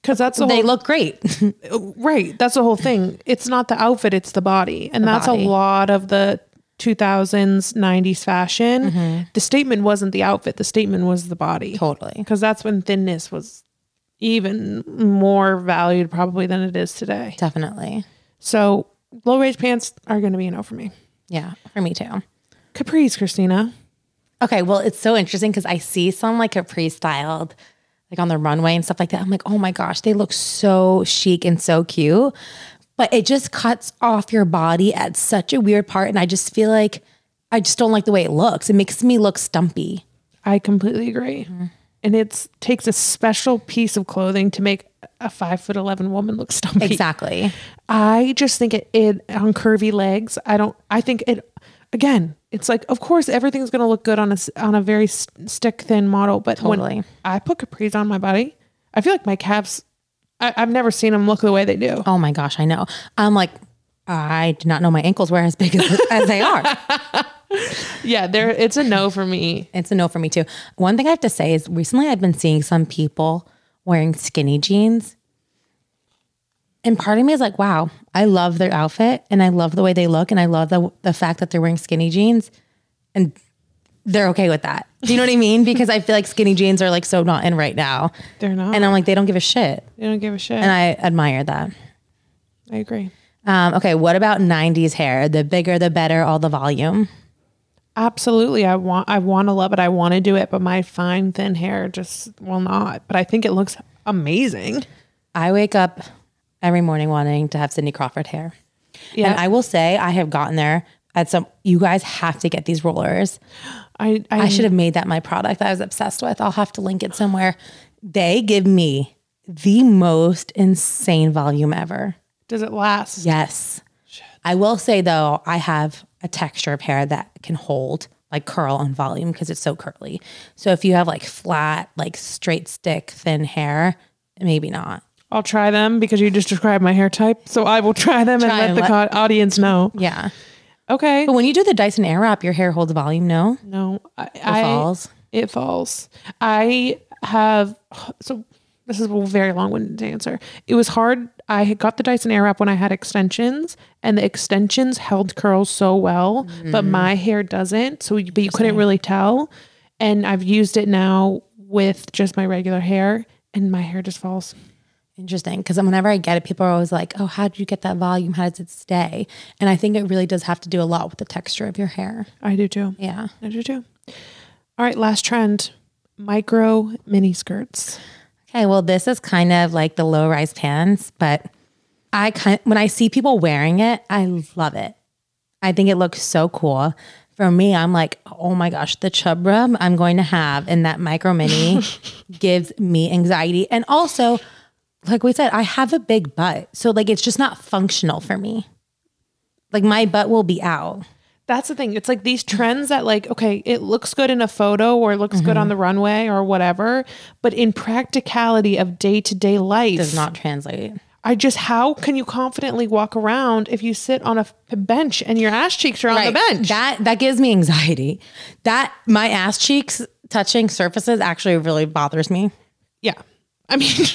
Speaker 2: Cause that's the
Speaker 3: they
Speaker 2: whole,
Speaker 3: look great.
Speaker 2: right. That's the whole thing. It's not the outfit; it's the body, and that's
Speaker 3: body.
Speaker 2: a lot of the 2000s, 90s fashion. The statement wasn't the outfit; the statement was the body.
Speaker 3: totally.
Speaker 2: Because that's when thinness was even more valued, probably than it is today.
Speaker 3: Definitely.
Speaker 2: So low rise pants are going to be a no for me.
Speaker 3: Yeah. For me too.
Speaker 2: Capris, Christina.
Speaker 3: Okay. Well, it's so interesting because I see some like Capri styled, like on the runway and stuff like that. I'm like, oh my gosh, they look so chic and so cute. But it just cuts off your body at such a weird part. And I just feel like I just don't like the way it looks. It makes me look stumpy.
Speaker 2: I completely agree.
Speaker 3: Mm-hmm.
Speaker 2: And it's takes a special piece of clothing to make a five foot eleven woman look stumpy.
Speaker 3: Exactly.
Speaker 2: I just think it, it on curvy legs. I don't. I think it. Again, it's like of course everything's gonna look good on a s- on a very s- stick thin model, but
Speaker 3: Totally.
Speaker 2: when I put capris on my body, I feel like my calves. I, I've never seen them look the way they do.
Speaker 3: Oh my gosh, I know. I'm like, I did not know my ankles were as big as, as they are.
Speaker 2: Yeah, there. It's a no for me.
Speaker 3: It's a no for me too. One thing I have to say is recently I've been seeing some people wearing skinny jeans. And part of me is like, wow, I love their outfit and I love the way they look and I love the, the fact that they're wearing skinny jeans and they're okay with that. Do you know what I mean? Because I feel like skinny jeans are like so not in right now.
Speaker 2: They're not.
Speaker 3: And I'm like, they don't give a shit.
Speaker 2: they don't give a shit.
Speaker 3: And I admire that.
Speaker 2: I agree.
Speaker 3: Um, okay, what about 90s hair? The bigger, the better, all the volume.
Speaker 2: Absolutely. I want I want to love it. I want to do it, but my fine thin hair just will not. But I think it looks amazing.
Speaker 3: I wake up every morning wanting to have Cindy Crawford hair.
Speaker 2: Yeah.
Speaker 3: And I will say I have gotten there at some you guys have to get these rollers.
Speaker 2: I I,
Speaker 3: I should have made that my product that I was obsessed with. I'll have to link it somewhere. They give me the most insane volume ever.
Speaker 2: does it last?
Speaker 3: Yes. I will say though, I have a texture of hair that can hold like curl and volume because it's so curly. So if you have like flat, like straight stick, thin hair, maybe not.
Speaker 2: I'll try them because you just described my hair type. So I will try them
Speaker 3: Try
Speaker 2: and
Speaker 3: and
Speaker 2: let the co- audience know.
Speaker 3: Yeah.
Speaker 2: Okay.
Speaker 3: But when you do the Dyson Airwrap, your hair holds volume, no?
Speaker 2: No, I,
Speaker 3: It
Speaker 2: I-
Speaker 3: falls.
Speaker 2: It falls. I have so this is a very long-winded answer. It was hard. I had got the Dyson Airwrap when I had extensions, and the extensions held curls so well,
Speaker 3: Mm-hmm.
Speaker 2: but my hair doesn't. So, you- but you couldn't really tell. And I've used it now with just my regular hair, and my hair just falls.
Speaker 3: Interesting. Because whenever I get it, people are always like, oh, how did you get that volume? How does it stay? And I think it really does have to do a lot with the texture of your hair.
Speaker 2: I do too.
Speaker 3: Yeah.
Speaker 2: I do too. All right, last trend: micro mini skirts.
Speaker 3: Okay, well, this is kind of like the low rise pants, but I kind when I see people wearing it, I love it. I think it looks so cool. For me, I'm like, oh my gosh, the chub rub I'm going to have in that micro mini gives me anxiety. And also, like we said, I have a big butt. So like it's just not functional for me. Like my butt will be out.
Speaker 2: That's the thing. It's like these
Speaker 3: Mm-hmm.
Speaker 2: trends that like, okay, it looks good in a photo or it looks good
Speaker 3: Mm-hmm.
Speaker 2: on the runway or whatever, but in practicality of day-to-day life,
Speaker 3: Does not translate.
Speaker 2: I just how can you confidently walk around if you sit on a f- bench and your ass cheeks are on the
Speaker 3: Right.
Speaker 2: bench?
Speaker 3: That that gives me anxiety. That my ass cheeks touching surfaces actually really bothers me.
Speaker 2: yeah. I mean,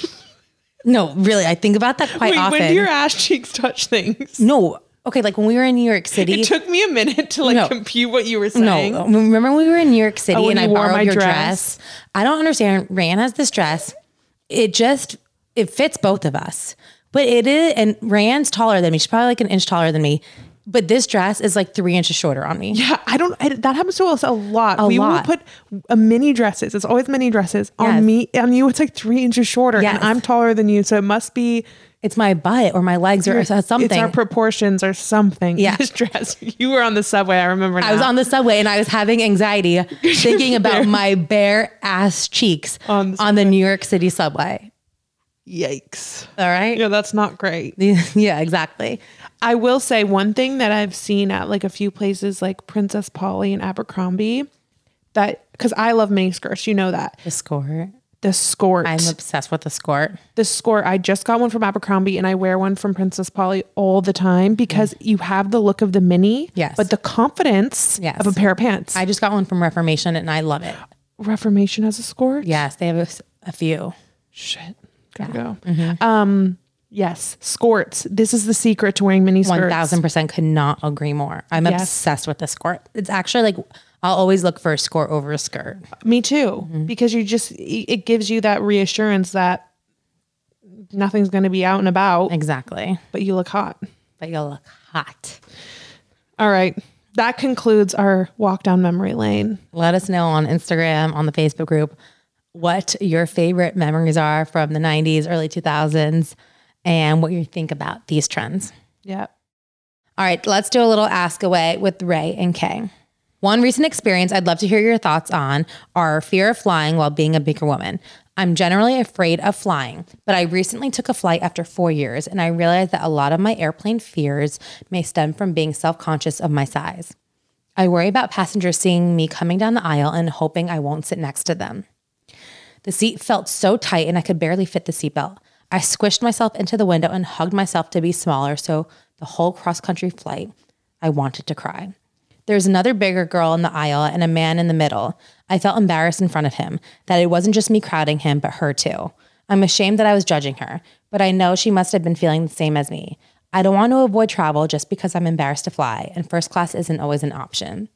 Speaker 3: No, really, I think about that quite
Speaker 2: wait,
Speaker 3: often.
Speaker 2: when do your ass cheeks touch things?
Speaker 3: no, okay, like when we were in New York City.
Speaker 2: It took me a minute to like
Speaker 3: No.
Speaker 2: compute what you were saying.
Speaker 3: No, remember Oh, when we were in New York City
Speaker 2: when
Speaker 3: and I
Speaker 2: you wore
Speaker 3: borrowed
Speaker 2: my
Speaker 3: your
Speaker 2: dress?
Speaker 3: dress. I don't understand. Ran has this dress. It just it fits both of us, but it is. And Rand's taller than me. She's probably like an inch taller than me. But this dress is like three inches shorter on me.
Speaker 2: Yeah, I don't. I, that happens to us a lot. we
Speaker 3: lot.
Speaker 2: will put a mini dresses. It's always mini dresses
Speaker 3: Yes.
Speaker 2: on me. On you, it's like three inches shorter,
Speaker 3: Yes.
Speaker 2: and I'm taller than you, so it must be
Speaker 3: It's my butt or my legs or something.
Speaker 2: It's our proportions or something.
Speaker 3: Yeah.
Speaker 2: this dress. You were on the subway. I remember. Now.
Speaker 3: I was on the subway and I was having anxiety thinking about my bare ass cheeks
Speaker 2: On
Speaker 3: on
Speaker 2: the
Speaker 3: the, New York City subway.
Speaker 2: Yikes.
Speaker 3: All right.
Speaker 2: Yeah, that's not great.
Speaker 3: yeah, exactly.
Speaker 2: I will say one thing that I've seen at like a few places, like Princess Polly and Abercrombie, that because I love mini skirts. You know that
Speaker 3: The skirt.
Speaker 2: the skirt.
Speaker 3: I'm obsessed with the skirt.
Speaker 2: the score i just got one from abercrombie and i wear one from princess polly all the time because you have the look of the mini
Speaker 3: Mm. Yes.
Speaker 2: but the confidence
Speaker 3: Yes.
Speaker 2: of a pair of pants
Speaker 3: I just got one from Reformation and I love it.
Speaker 2: reformation has a score
Speaker 3: Yes, they have a, s- a few.
Speaker 2: shit gotta go um yes skirts this is the secret to wearing mini skirts
Speaker 3: 1000% could not agree more. I'm
Speaker 2: Yes.
Speaker 3: obsessed with the skirt. It's actually like I'll always look for a skirt over a skirt.
Speaker 2: me too because you just it gives you that reassurance that nothing's going to be out and about
Speaker 3: Exactly.
Speaker 2: but you look hot
Speaker 3: But you'll look hot.
Speaker 2: all right that concludes our walk down memory lane
Speaker 3: Let us know on Instagram, on the Facebook group, what your favorite memories are from the 90s, early 2000s, and what you think about these trends.
Speaker 2: yeah
Speaker 3: All right, let's do a little ask away with Ray and Kay. One recent experience I'd love to hear your thoughts on are fear of flying while being a bigger woman. I'm generally afraid of flying, but I recently took a flight after four years and I realized that a lot of my airplane fears may stem from being self conscious of my size. I worry about passengers seeing me coming down the aisle and hoping I won't sit next to them. The seat felt so tight and I could barely fit the seatbelt. I squished myself into the window and hugged myself to be smaller, so the whole cross country flight, I wanted to cry. There was another bigger girl in the aisle and a man in the middle. I felt embarrassed in front of him, that it wasn't just me crowding him, but her too. I'm ashamed that I was judging her, but I know she must have been feeling the same as me. I don't want to avoid travel just because I'm embarrassed to fly, and first class isn't always an option.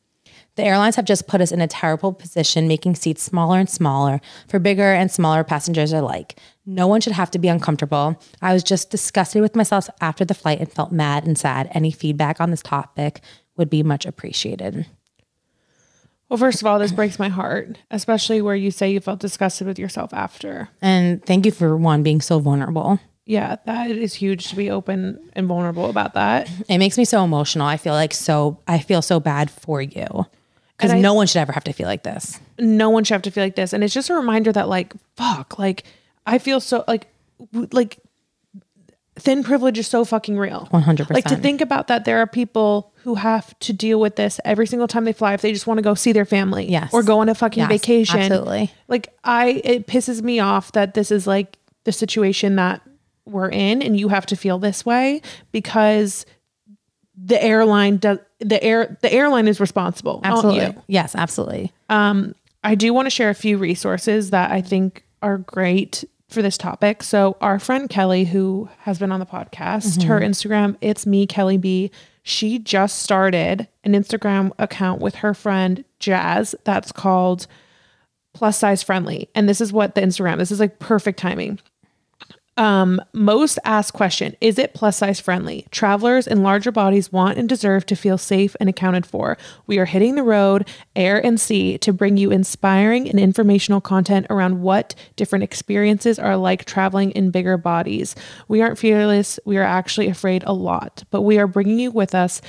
Speaker 3: The airlines have just put us in a terrible position, making seats smaller and smaller for bigger and smaller passengers alike. No one should have to be uncomfortable. I was just disgusted with myself after the flight and felt mad and sad. Any feedback on this topic would be much appreciated.
Speaker 2: Well, first of all, this breaks my heart, especially where you say you felt disgusted with yourself after.
Speaker 3: And thank you for one being so vulnerable.
Speaker 2: Yeah, that is huge to be open and vulnerable about that.
Speaker 3: It makes me so emotional. I feel like so I feel so bad for you. Because
Speaker 2: And I-
Speaker 3: no one should ever have to feel like this.
Speaker 2: no one should have to feel like this and it's just a reminder that like fuck like i feel so like w- like thin privilege is so fucking real
Speaker 3: 100%.
Speaker 2: like to think about that there are people who have to deal with this every single time they fly if they just want to go see their family
Speaker 3: Yes.
Speaker 2: or go on a fucking
Speaker 3: Yes,
Speaker 2: vacation
Speaker 3: absolutely.
Speaker 2: like i it pisses me off that this is like the situation that we're in and you have to feel this way because the airline does the air the airline is responsible not you.
Speaker 3: Absolutely. Yes, absolutely.
Speaker 2: I do want to share a few resources that I think are great for this topic. So our friend Kelly, who has been on the podcast, her Instagram, it's me, Kelly B. She just started an Instagram account with her friend Jazz that's called Plus Size Friendly. And this is what the Instagram, this is like perfect timing. Um, most asked question Is it plus size friendly? Travelers in larger bodies want and deserve to feel safe and accounted for. We are hitting the road, air, and sea to bring you inspiring and informational content around what different experiences are like traveling in bigger bodies. We aren't fearless, we are actually afraid a lot, but we are bringing you with us.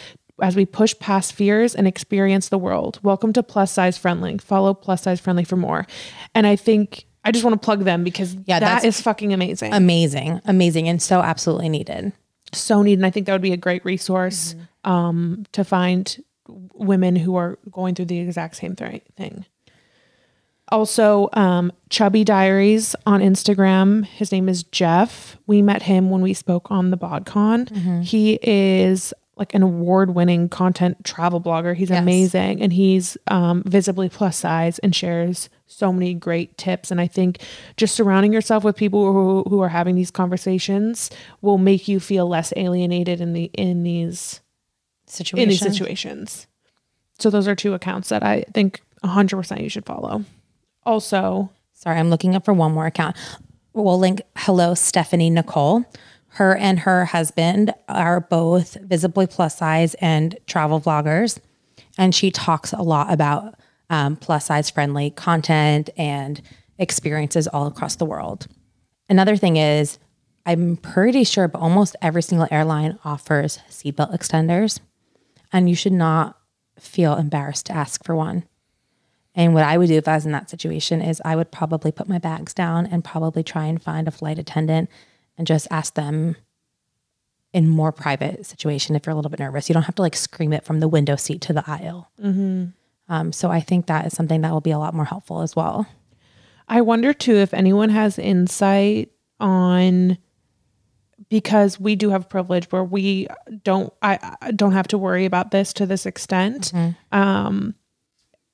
Speaker 2: As we push past fears and experience the world, welcome to Plus Size Friendly. Follow Plus Size Friendly for more. And I think I just want to plug them because
Speaker 3: Yeah,
Speaker 2: that
Speaker 3: that's-
Speaker 2: is fucking amazing
Speaker 3: Amazing. Amazing and so absolutely needed.
Speaker 2: so needed. And I think that would be a great resource um, to find w- women who are going through the exact same thri- thing. Also, um, Chubby Diaries on Instagram. His name is Jeff. We met him when we spoke on the BodCon. He is like an award-winning content travel blogger. He's amazing, and he's um, visibly plus size and shares so many great tips. And I think just surrounding yourself with people who, who are having these conversations will make you feel less alienated in the in these
Speaker 3: Situation.
Speaker 2: in these situations. So those are two accounts that I think 100% you should follow. Also,
Speaker 3: Sorry, I'm looking up for one more account. We'll link hello Stephanie Nicole. Her and her husband are both visibly plus size and travel vloggers, and she talks a lot about um, plus size friendly content and experiences all across the world. Another thing is, I'm pretty sure, but almost every single airline offers seatbelt extenders, and you should not feel embarrassed to ask for one. And what I would do if I was in that situation is I would probably put my bags down and probably try and find a flight attendant and just ask them in more private situation if you're a little bit nervous. You don't have to like scream it from the window seat to the aisle.
Speaker 2: Mm-hmm.
Speaker 3: Um, so I think that is something that will be a lot more helpful as well.
Speaker 2: I wonder too if anyone has insight on because we do have privilege where we don't I, I don't have to worry about this to this extent. Um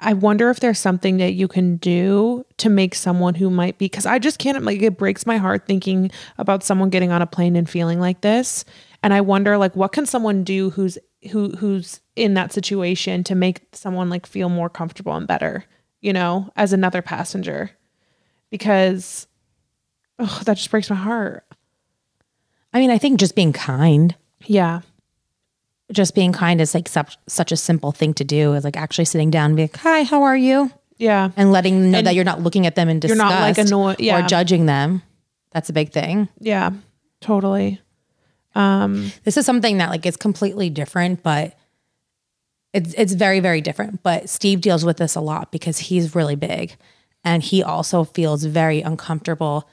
Speaker 2: I wonder if there's something that you can do to make someone who might be cuz I just can't like it breaks my heart thinking about someone getting on a plane and feeling like this and I wonder like what can someone do who's who who's in that situation to make someone like feel more comfortable and better, you know, as another passenger because oh, that just breaks my heart.
Speaker 3: I mean, I think just being kind,
Speaker 2: Yeah.
Speaker 3: just being kind is like such such a simple thing to do. Is like actually sitting down and be like, "Hi, how are you?"
Speaker 2: Yeah.
Speaker 3: and letting them know that you're not looking at them in disgust
Speaker 2: not, like, annoyed- yeah.
Speaker 3: or judging them. That's a big thing.
Speaker 2: Yeah. Totally.
Speaker 3: this is something that like is completely different, but it's it's very very different. But Steve deals with this a lot because he's really big, and he also feels very uncomfortable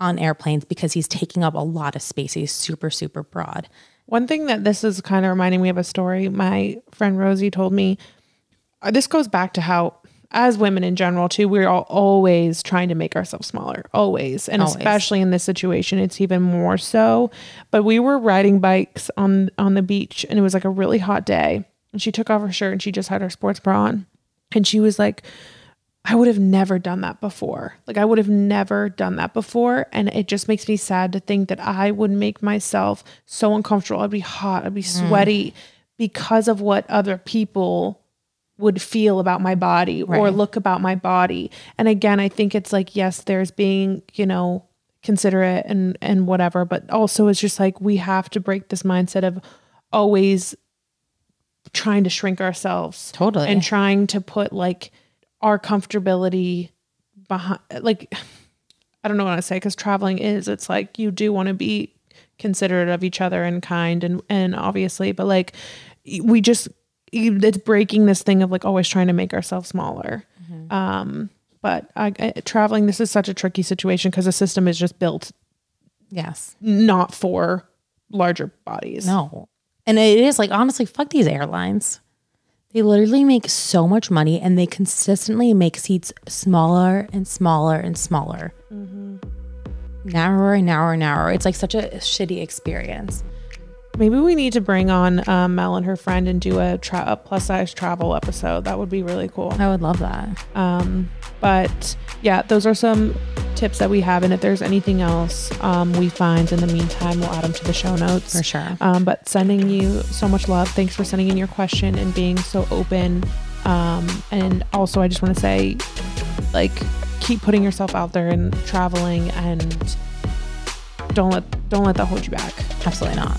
Speaker 3: on airplanes because he's taking up a lot of space. He's super super broad.
Speaker 2: One thing that this is kind of reminding me of a story my friend Rosie told me. Uh, This goes back to how, as women in general, too, we're all always trying to make ourselves smaller, always. And
Speaker 3: Always.
Speaker 2: especially in this situation, it's even more so. But we were riding bikes on on the beach and it was like a really hot day. And she took off her shirt and she just had her sports bra on. And she was like, I would have never done that before. Like I would have never done that before. And it just makes me sad to think that I would make myself so uncomfortable. I'd be hot, I'd be sweaty because of what other people would feel about my body or look about my body. And again, I think it's like, yes, there's being, you know, considerate and and whatever, but also it's just like we have to break this mindset of always trying to shrink ourselves
Speaker 3: Totally.
Speaker 2: and trying to put like our comfortability behind like i don't know what i say because traveling is it's like you do want to be considerate of each other and kind and and obviously but like y- we just you- it's breaking this thing of like always trying to make ourselves smaller um but I, I, traveling this is such a tricky situation because the system is just built
Speaker 3: yes.
Speaker 2: not for larger bodies
Speaker 3: No. And it is like, honestly, fuck these airlines. They literally make so much money and they consistently make seats smaller and smaller and smaller. Mm-hmm. Narrower and narrower and narrower. It's like such a shitty experience.
Speaker 2: Maybe we need to bring on um, Mel and her friend and do a, tra- a plus size travel episode. That would be really cool.
Speaker 3: I would love that.
Speaker 2: Um, but yeah, those are some tips that we have. And if there's anything else um, we find in the meantime, we'll add them to the show notes.
Speaker 3: For sure.
Speaker 2: Um, but sending you so much love. Thanks for sending in your question and being so open. Um, and also, I just want to say, like, keep putting yourself out there and traveling and don't let don't let that hold you back.
Speaker 3: Absolutely not.